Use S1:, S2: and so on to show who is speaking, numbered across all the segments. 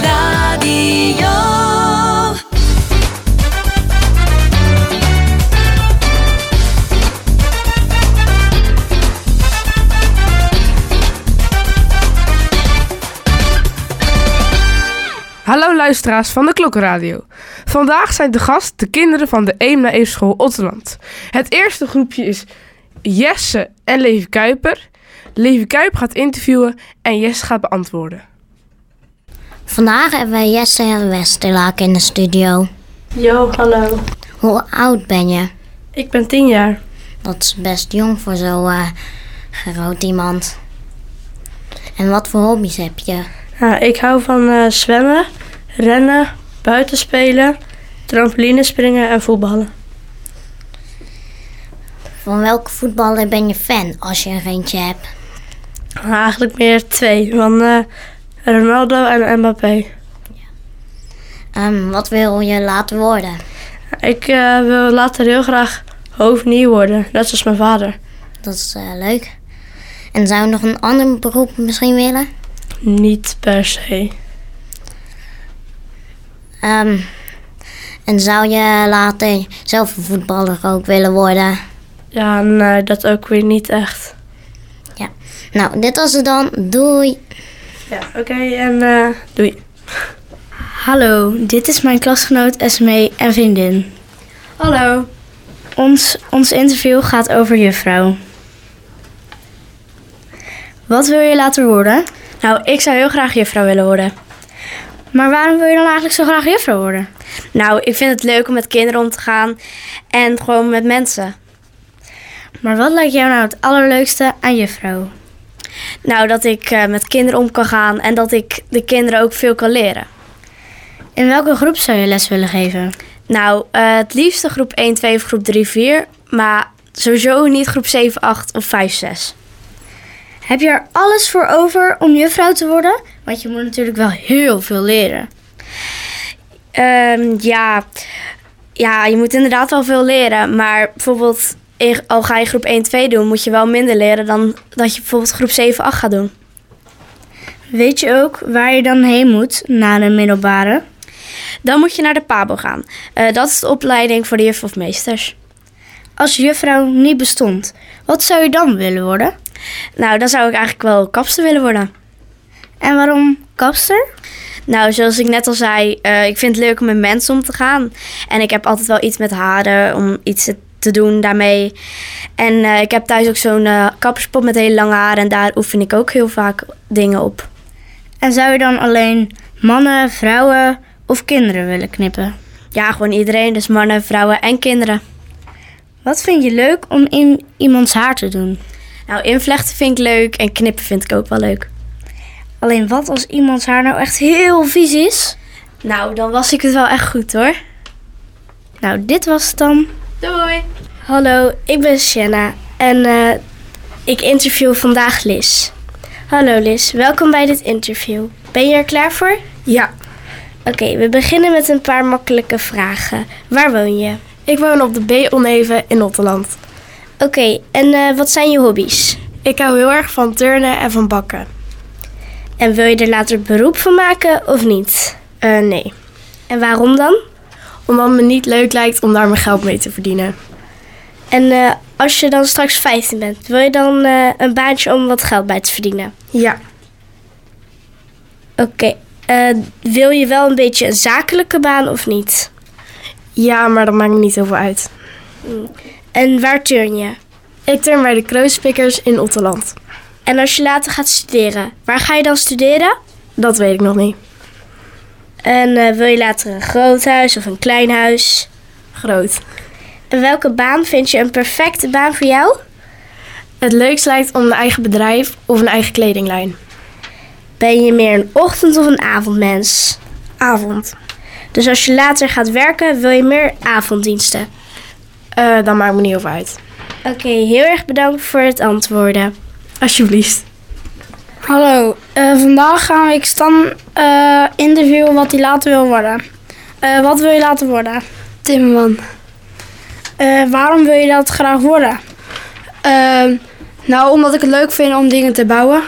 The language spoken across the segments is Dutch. S1: Klokradio.
S2: Hallo luisteraars van de Klokkenradio. Vandaag zijn te gast de kinderen van de Eemna Eefschool Otterland. Het eerste groepje is Jesse en Levi Kuiper. Levi Kuip gaat interviewen en Jesse gaat beantwoorden.
S3: Vandaag hebben wij Jesse en Westerlaak in de studio.
S4: Yo, hallo.
S3: Hoe oud ben je?
S4: Ik ben 10 jaar.
S3: Dat is best jong voor zo'n eh, groot iemand. En wat voor hobby's heb je?
S4: Nou, ik hou van eh, zwemmen, rennen, buitenspelen, trampolinespringen en voetballen.
S3: Van welke voetballer ben je fan als je er eentje hebt?
S4: Nou, eigenlijk meer twee, van eh, Ronaldo en Mbappé.
S3: Ehm, wat wil je laten worden?
S4: Ik eh, wil later heel graag hoofdnieuw worden, net zoals mijn vader.
S3: Dat is eh, leuk. En zou je nog een ander beroep misschien willen?
S4: Niet per se.
S3: Ehm, en zou je later zelf een voetballer ook willen worden?
S4: Ja, nee, dat ook weer niet echt.
S3: Nou, dit was het dan. Doei!
S4: Ja, oké, en eh, doei.
S5: Hallo, dit is mijn klasgenoot Esmee en vriendin. Hallo. Ons, ons interview gaat over juffrouw. Wat wil je later worden? Nou, ik zou heel graag juffrouw willen worden. Maar waarom wil je dan eigenlijk zo graag juffrouw worden? Nou, ik vind het leuk om met kinderen om te gaan en gewoon met mensen. Maar wat lijkt jou nou het allerleukste aan juffrouw? Nou, dat ik met kinderen om kan gaan en dat ik de kinderen ook veel kan leren. In welke groep zou je les willen geven? Nou, eh, het liefste groep 1, 2 of groep 3, 4. Maar sowieso niet groep 7, 8 of 5, 6. Heb je er alles voor over om juffrouw te worden? Want je moet natuurlijk wel heel veel leren. Ehm, ja. ja, je moet inderdaad wel veel leren. Maar bijvoorbeeld, in- al ga je groep 1, 2 doen, moet je wel minder leren dan dat je bijvoorbeeld groep 7, 8 gaat doen. Weet je ook waar je dan heen moet na de middelbare? Dan moet je naar de PABO gaan. Eh, dat is de opleiding voor de juf of meesters. Als juffrouw niet bestond, wat zou je dan willen worden? Nou, dan zou ik eigenlijk wel kapster willen worden. En waarom kapster? Nou, zoals ik net al zei, eh, ik vind het leuk om met mensen om te gaan. En ik heb altijd wel iets met haren, om iets te doen daarmee. En eh, ik heb thuis ook zo'n eh, kapperspot met hele lange haren. En daar oefen ik ook heel vaak dingen op. En zou je dan alleen mannen, vrouwen of kinderen willen knippen? Ja, gewoon iedereen. Dus mannen, vrouwen en kinderen. Wat vind je leuk om in iemands haar te doen? Nou, invlechten vind ik leuk en knippen vind ik ook wel leuk. Alleen wat als iemands haar nou echt heel vies is? Nou, dan was ik het wel echt goed hoor. Nou, dit was het dan. Doei! Hallo, ik ben Shanna en eh, ik interview vandaag Liz. Hallo Liz, welkom bij dit interview. Ben je er klaar voor?
S2: Ja,
S5: Oké, we beginnen met een paar makkelijke vragen. Waar woon je?
S2: ik woon op de B Oneven in Otterland.
S5: Oké, en eh, wat zijn je hobby's?
S2: Ik hou heel erg van turnen en van bakken.
S5: En wil je er later beroep van maken of niet?
S2: Eh, nee,
S5: En waarom dan?
S2: omdat het me niet leuk lijkt om daar mijn geld mee te verdienen.
S5: En eh, als je dan straks 15 bent, wil je dan eh, een baantje om wat geld bij te verdienen?
S2: Ja,
S5: Oké, eh, wil je wel een beetje een zakelijke baan of niet?
S2: ja maar dat maakt me niet heel veel uit.
S5: Mm. En waar turn je?
S2: Ik turn bij de Kreuspikkers in Otterland.
S5: En als je later gaat studeren, waar ga je dan studeren?
S2: Dat weet ik nog niet.
S5: En eh, wil je later een groot huis of een klein huis?
S2: Groot.
S5: En welke baan vind je een perfecte baan voor jou?
S2: Het leukst lijkt om een eigen bedrijf of een eigen kledinglijn.
S5: Ben je meer een ochtend- of een avondmens?
S2: Avond.
S5: Dus als je later gaat werken, wil je meer avonddiensten.
S2: Eh dat maakt me niet heel veel uit.
S5: Oké, heel erg bedankt voor het antwoorden.
S2: Alsjeblieft.
S5: Hallo, Eh, vandaag ga ik Stan eh, interviewen wat hij later wil worden. Eh, wat wil je later worden? Eh,
S4: Timmerman.
S5: waarom wil je dat graag worden?
S6: Eh,
S4: nou, omdat ik het leuk vind om dingen te bouwen.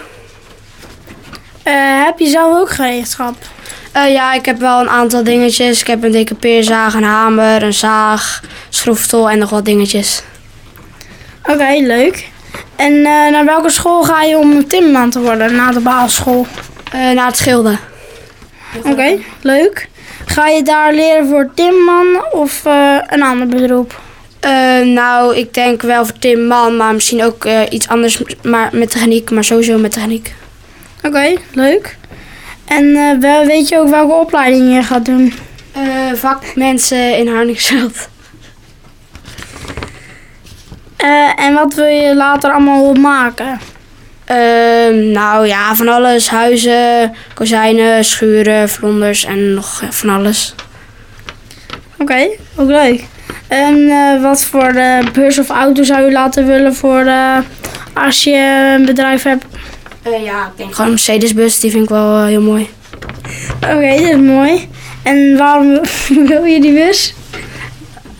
S5: heb Eh, heb je zelf ook gereedschap?
S6: Eh, ja, ik heb wel een aantal dingetjes. Ik heb een decoupeerzaag, een hamer, een zaag, schroeftel en nog wat dingetjes.
S5: Oké, leuk. En eh, naar welke school ga je om timmerman te worden na de basisschool?
S6: Eh, naar het schilderen.
S5: Oké, leuk. Ga je daar leren voor timmerman of eh, een ander beroep?
S6: Eh, nou, ik denk wel voor Tim Man, maar misschien ook eh, iets anders maar met techniek. Maar sowieso met techniek.
S5: Oké, leuk. En eh, wel- weet je ook welke opleiding je gaat doen?
S6: Eh, vakmensen in Harningsveld.
S5: Eh, en wat wil je later allemaal maken?
S6: Eh, nou ja, van alles. Huizen, kozijnen, schuren, vlonders en nog eh, van alles.
S5: Oké, ook leuk. En eh, wat voor eh, bus of auto zou je laten willen voor eh, als je een bedrijf hebt?
S6: Eh, ja, ik denk gewoon een Mercedes-bus, die vind ik wel eh, heel mooi.
S5: Oké, dat is mooi. En waarom wil je die bus?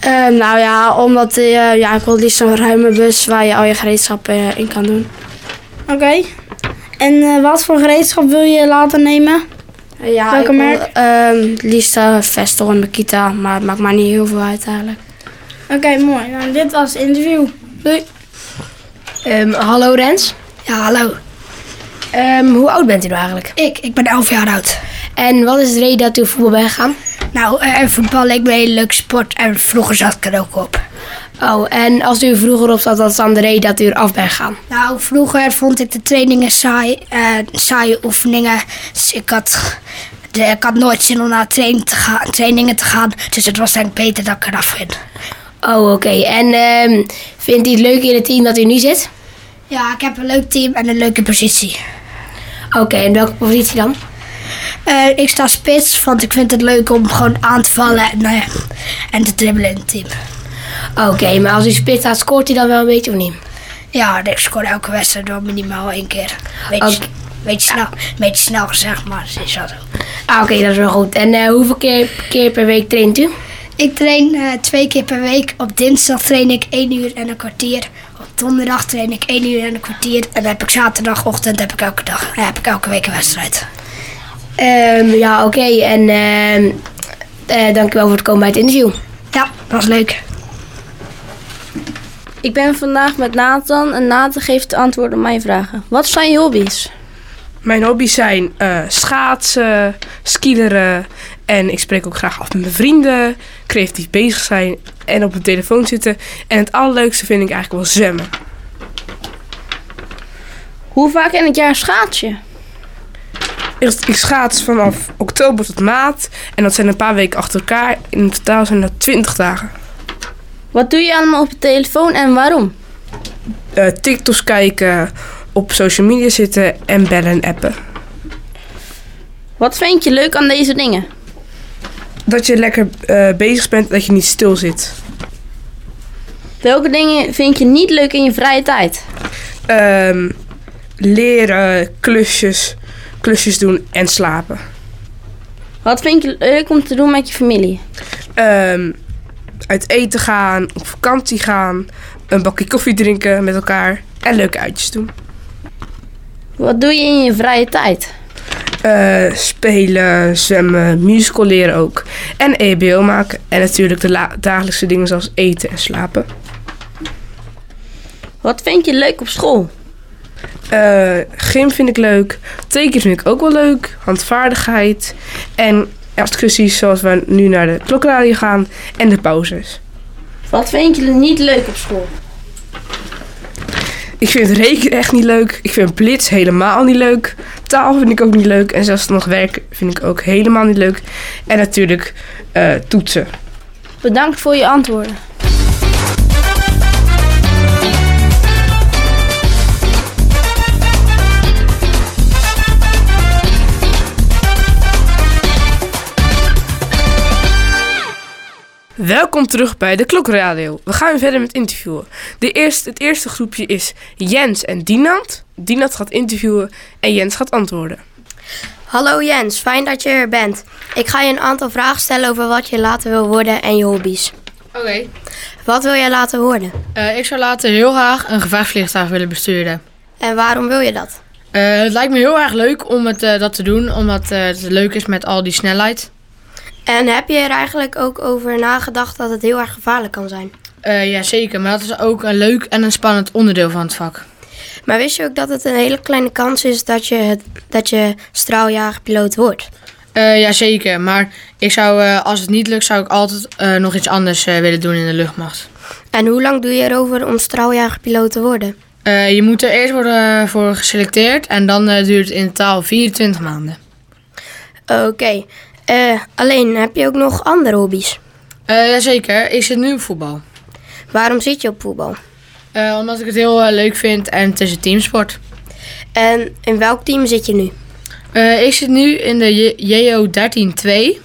S6: Eh, nou ja, omdat eh, ja, ik wil het liefst een ruime bus waar je al je gereedschap eh, in kan doen.
S5: Oké. En eh, wat voor gereedschap wil je laten nemen?
S6: Eh, ja,
S5: Welke
S6: ik wil,
S5: merk?
S6: ehm, het liefst eh, Vestel en Makita, maar het maakt mij niet heel veel uit eigenlijk.
S5: Oké, mooi. Nou, dit was het interview. Doei.
S7: Ehm, hallo Rens.
S8: Ja, hallo.
S7: Ehm, hoe oud bent u nou eigenlijk?
S8: Ik, ik ben 11 jaar oud.
S7: En wat is de reden dat u voetbal bent gegaan?
S8: Nou, eh, voetbal lijkt me een hele leuke sport en vroeger zat ik er ook op.
S7: Oh, en als u vroeger op zat, dat is dan de reden dat u eraf bent gegaan.
S8: Nou, vroeger vond ik de trainingen saai, eh, saaie oefeningen. Dus ik had, de- ik had nooit zin om naar train te gaan, trainingen te gaan. Dus het was denk ik beter dat ik eraf ging.
S7: Oh, oké. En ehm, vindt u het leuk in het team dat u nu zit?
S8: Ja, ik heb een leuk team en een leuke positie.
S7: Oké, en welke positie dan?
S8: Eh, ik sta spits, want ik vind het leuk om gewoon aan te vallen en, eh, en te dribbelen in het team.
S7: Oké, maar als u spits staat, scoort u dan wel een beetje of niet?
S8: Ja, en ik scoor elke wedstrijd door minimaal één keer. Beetje,
S7: Oké.
S8: beetje, snel, beetje snel gezegd, maar het is wel zo.
S7: Ah, oké, dat is wel goed. En eh, hoeveel keer, keer per week traint u?
S8: Ik train eh, twee keer per week. Op dinsdag train ik één uur en een kwartier. Op donderdag train ik één uur en een kwartier. En dan heb ik zaterdagochtend heb ik elke dag, eh, heb ik elke week een wedstrijd.
S7: Ehm, ja, oké. En ehm eh, dank u wel voor het komen bij het interview.
S8: Ja, dat was leuk.
S9: Ik ben vandaag met Nathan en Nathan geeft de antwoorden op mijn vragen. Wat zijn je hobby's?
S2: Mijn hobby's zijn eh, schaatsen, skileren en ik spreek ook graag af met mijn vrienden, creatief bezig zijn en op mijn telefoon zitten. En het allerleukste vind ik eigenlijk wel zwemmen.
S9: Hoe vaak in het jaar schaats je?
S2: Ik, ik schaats vanaf oktober tot maart en dat zijn een paar weken achter elkaar. In totaal zijn dat 20 dagen.
S9: Wat doe je allemaal op je telefoon en waarom?
S2: Eh, TikToks kijken, op social media zitten en bellen en appen.
S9: Wat vind je leuk aan deze dingen?
S2: Dat je lekker eh, bezig bent, dat je niet stil zit.
S9: Welke dingen vind je niet leuk in je vrije tijd?
S2: Ehm, leren, klusjes, klusjes doen en slapen.
S9: Wat vind je leuk om te doen met je familie?
S2: Ehm, uit eten gaan, op vakantie gaan, een bakje koffie drinken met elkaar en leuke uitjes doen.
S9: Wat doe je in je vrije tijd?
S2: Eh, spelen, zwemmen, musical leren ook. En EBO maken. En natuurlijk de la- dagelijkse dingen zoals eten en slapen.
S9: Wat vind je leuk op school?
S2: Eh, gym vind ik leuk. Tekenen vind ik ook wel leuk. Handvaardigheid. En excursies zoals we nu naar de klokradio gaan. En de pauzes.
S9: Wat vind je niet leuk op school?
S2: Ik vind rekenen echt niet leuk. Ik vind blitz helemaal niet leuk. Taal vind ik ook niet leuk. En zelfs nog werk vind ik ook helemaal niet leuk. En natuurlijk eh, toetsen.
S9: Bedankt voor je antwoorden.
S2: Welkom terug bij de Klokradio. We gaan weer verder met interviewen. De eerste, het eerste groepje is Jens en Dinant. Dinant gaat interviewen en Jens gaat antwoorden.
S7: Hallo Jens, fijn dat je er bent. Ik ga je een aantal vragen stellen over wat je later wil worden en je hobby's.
S10: Oké,
S7: Wat wil jij later worden?
S10: eh, ik zou later heel graag een gevechtsvliegtuig willen besturen.
S7: En waarom wil je dat?
S10: Eh, het lijkt me heel erg leuk om het, eh, dat te doen, omdat eh, het leuk is met al die snelheid.
S11: En heb je er eigenlijk ook over nagedacht dat het heel erg gevaarlijk kan zijn?
S10: Eh ja, zeker. Maar dat is ook een leuk en een spannend onderdeel van het vak.
S11: Maar wist je ook dat het een hele kleine kans is dat je, het- dat je straaljagerpiloot wordt?
S10: Eh ja, zeker. Maar ik zou, eh, als het niet lukt, zou ik altijd eh, nog iets anders eh, willen doen in de luchtmacht.
S11: En hoe lang doe je erover om straaljagerpiloot te worden?
S10: Eh, je moet er eerst worden eh, voor geselecteerd en dan eh, duurt het in totaal 24 maanden.
S11: Oké, eh, alleen heb je ook nog andere hobby's?
S10: Eh Jazeker, ik zit nu op voetbal.
S11: Waarom zit je op voetbal?
S10: Eh, omdat ik het heel eh, leuk vind en het is een teamsport.
S11: En in welk team zit je nu?
S10: Eh, ik zit nu in de J- JO 13-2.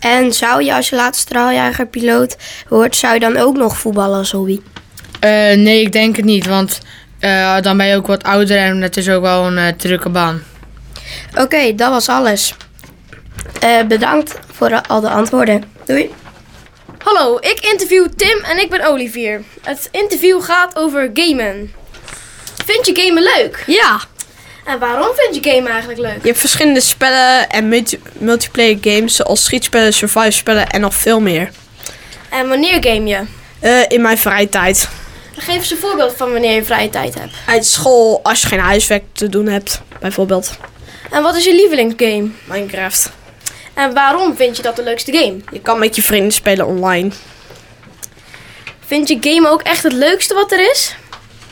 S11: En zou je als je laatste straaljagerpiloot wordt, zou je dan ook nog voetballen als hobby?
S10: Eh, nee, ik denk het niet, want eh, dan ben je ook wat ouder en het is ook wel een eh, drukke baan.
S11: Oké, dat was alles. Eh, bedankt voor eh, al de antwoorden. Doei.
S5: Hallo, ik interview Tim en ik ben Olivier. Het interview gaat over gamen. Vind je gamen leuk?
S12: Ja,
S5: En waarom vind je gamen eigenlijk leuk?
S12: je hebt verschillende spellen en multi- multiplayer games zoals schietspellen, survive spellen en nog veel meer.
S5: En wanneer game je?
S12: Eh, in mijn vrije tijd.
S5: Geef eens een voorbeeld van wanneer je vrije tijd hebt.
S12: Uit school, als je geen huiswerk te doen hebt, bijvoorbeeld.
S5: En wat is je lievelingsgame?
S12: Minecraft.
S5: En waarom vind je dat de leukste game?
S12: Je kan met je vrienden spelen online.
S5: Vind je gamen ook echt het leukste wat er is?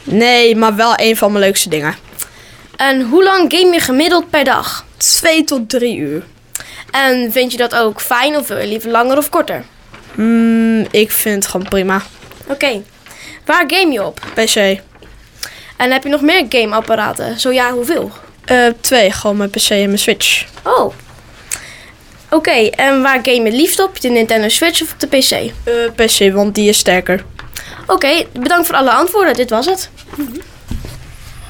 S12: Nee, maar wel een van mijn leukste dingen.
S5: En hoe lang game je gemiddeld per dag?
S12: Twee tot drie uur.
S5: En vind je dat ook fijn of wil je liever langer of korter?
S12: Mm, ik vind het gewoon prima.
S5: Oké, waar game je op?
S12: PC.
S5: En heb je nog meer gameapparaten? Zo ja, hoeveel?
S12: Eh, twee, gewoon mijn PC en mijn Switch.
S5: Oh. Oké, en waar game je het liefst op? De Nintendo Switch of op de PC?
S12: Eh, PC, want die is sterker.
S5: Oké, bedankt voor alle antwoorden. Dit was het.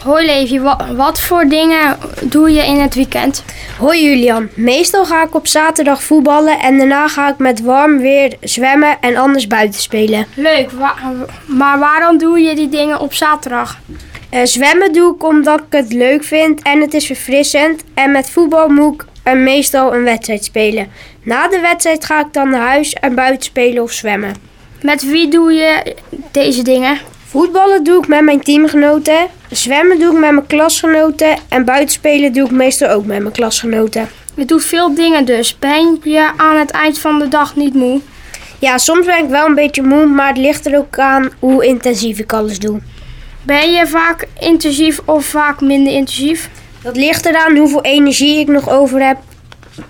S8: Hoi Levi, wa- wat voor dingen doe je in het weekend?
S6: Hoi Julian, meestal ga ik op zaterdag voetballen en daarna ga ik met warm weer zwemmen en anders buiten spelen.
S8: Leuk, wa- maar waarom doe je die dingen op zaterdag?
S6: Eh, zwemmen doe ik omdat ik het leuk vind en het is verfrissend en met voetbal moet ik eh, meestal een wedstrijd spelen. Na de wedstrijd ga ik dan naar huis en buiten spelen of zwemmen.
S8: Met wie doe je deze dingen?
S6: Voetballen doe ik met mijn teamgenoten, zwemmen doe ik met mijn klasgenoten en buitenspelen doe ik meestal ook met mijn klasgenoten.
S8: Je doet veel dingen dus. Ben je aan het eind van de dag niet moe?
S6: Ja, soms ben ik wel een beetje moe, maar het ligt er ook aan hoe intensief ik alles doe.
S8: Ben je vaak intensief of vaak minder intensief?
S6: Dat ligt eraan hoeveel energie ik nog over heb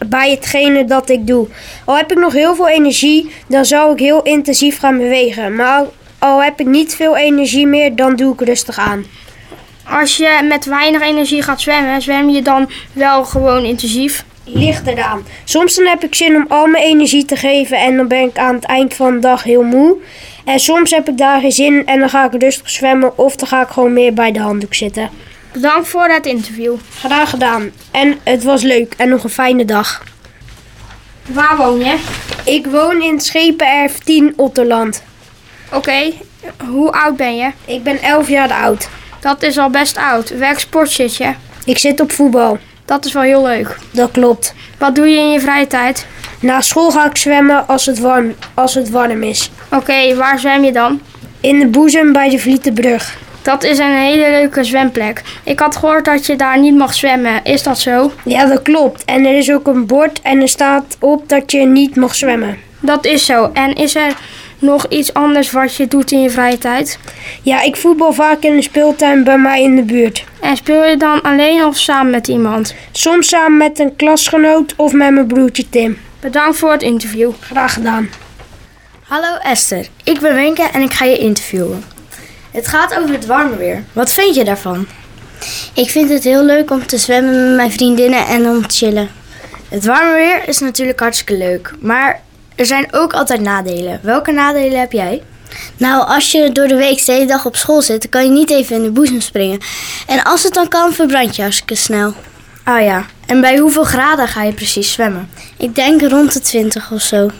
S6: bij hetgene dat ik doe. Al heb ik nog heel veel energie, dan zou ik heel intensief gaan bewegen. Maar al- al heb ik niet veel energie meer, dan doe ik rustig aan.
S8: Als je met weinig energie gaat zwemmen, zwem je dan wel gewoon intensief?
S6: Ligt eraan. Soms dan heb ik zin om al mijn energie te geven en dan ben ik aan het eind van de dag heel moe. En soms heb ik daar geen zin en dan ga ik rustig zwemmen of dan ga ik gewoon meer bij de handdoek zitten.
S8: Bedankt voor het interview.
S6: Graag gedaan. En het was leuk en nog een fijne dag.
S8: Waar woon je?
S6: Ik woon in Schepenerf 10 Otterland.
S8: Oké, hoe oud ben je?
S6: Ik ben 11 jaar oud.
S8: Dat is al best oud. Welk sport zit je?
S6: Ik zit op voetbal.
S8: Dat is wel heel leuk.
S6: Dat klopt.
S8: Wat doe je in je vrije tijd?
S6: Na school ga ik zwemmen als het warm, als het warm is.
S8: Oké, waar zwem je dan?
S6: In de boezem bij de Vlietenbrug.
S8: Dat is een hele leuke zwemplek. Ik had gehoord dat je daar niet mag zwemmen. Is dat zo?
S6: Ja, dat klopt. En er is ook een bord en er staat op dat je niet mag zwemmen.
S8: Dat is zo. En is er nog iets anders wat je doet in je vrije tijd?
S6: Ja, ik voetbal vaak in de speeltuin bij mij in de buurt.
S8: En speel je dan alleen of samen met iemand?
S6: Soms samen met een klasgenoot of met mijn broertje Tim.
S8: Bedankt voor het interview.
S6: Graag gedaan.
S13: Hallo Esther, ik ben Wenke en ik ga je interviewen. Het gaat over het warme weer. Wat vind je daarvan?
S14: Ik vind het heel leuk om te zwemmen met mijn vriendinnen en om te chillen.
S13: Het warme weer is natuurlijk hartstikke leuk, maar er zijn ook altijd nadelen. Welke nadelen heb jij?
S14: Nou, als je door de week de hele dag op school zit, dan kan je niet even in de boezem springen. En als het dan kan, verbrand je hartstikke snel.
S13: Ah ja, en bij hoeveel graden ga je precies zwemmen?
S14: Ik denk rond de 20 of zo.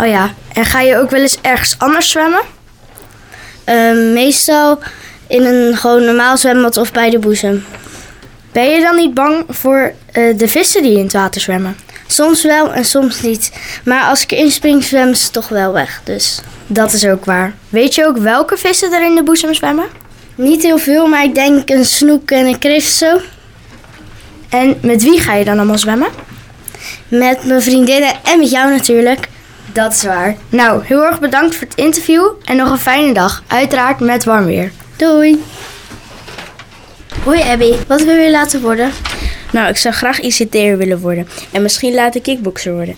S13: Oh ja, en ga je ook wel eens ergens anders zwemmen?
S14: Ehm, meestal
S3: in een gewoon normaal zwembad of bij de boezem.
S8: Ben je dan niet bang voor eh, de vissen die in het water zwemmen?
S3: Soms wel en soms niet. Maar als ik erin spring, zwemmen ze toch wel weg. Dus
S8: Dat is ook waar. Weet je ook welke vissen er in de boezem zwemmen?
S3: niet heel veel, maar ik denk een snoek en een kreeft zo.
S8: En met wie ga je dan allemaal zwemmen?
S3: Met mijn vriendinnen en met jou natuurlijk.
S8: Dat is waar. Nou, heel erg bedankt voor het interview en nog een fijne dag. Uiteraard met warm weer.
S3: Doei. Hoi Abby, wat wil je laten worden?
S5: Nou, ik zou graag ICT'er willen worden. En misschien later kickboxer worden.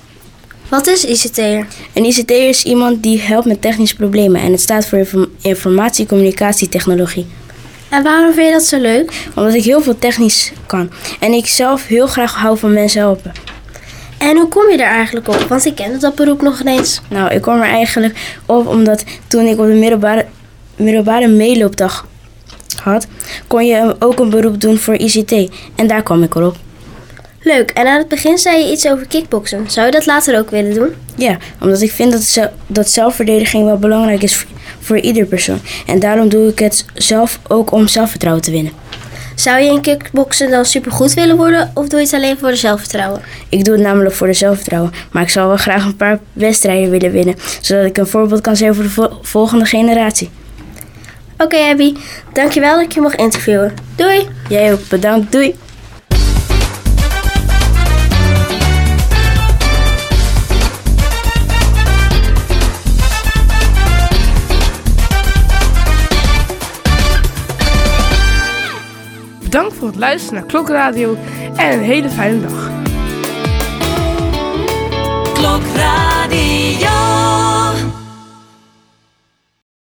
S3: Wat is ICT'er?
S5: Een ICT'er is iemand die helpt met technische problemen. En het staat voor inform- informatie, communicatie, technologie.
S3: En waarom vind je dat zo leuk?
S5: Omdat ik heel veel technisch kan. En ik zelf heel graag hou van mensen helpen.
S3: En hoe kom je daar eigenlijk op? Want ik ken dat beroep nog ineens.
S5: Nou, ik kwam er eigenlijk op omdat toen ik op de middelbare, middelbare meeloopdag had, kon je ook een beroep doen voor ICT. En daar kwam ik erop.
S3: Leuk, en aan het begin zei je iets over kickboksen. Zou je dat later ook willen doen?
S5: Ja, omdat ik vind dat, ze- dat zelfverdediging wel belangrijk is voor, voor ieder persoon. En daarom doe ik het zelf ook om zelfvertrouwen te winnen.
S3: Zou je in kickboksen dan supergoed willen worden of doe je het alleen voor de zelfvertrouwen?
S5: Ik doe het namelijk voor de zelfvertrouwen, maar Nou, ik zou wel graag een paar wedstrijden willen winnen, zodat ik een voorbeeld kan zijn voor de vol- volgende generatie.
S3: Oké Abby, dankjewel dat ik je mocht interviewen. Doei!
S5: Jij ook, bedankt, doei!
S2: Bedankt voor het luisteren naar Klokradio en een hele fijne dag.
S12: Klokradio.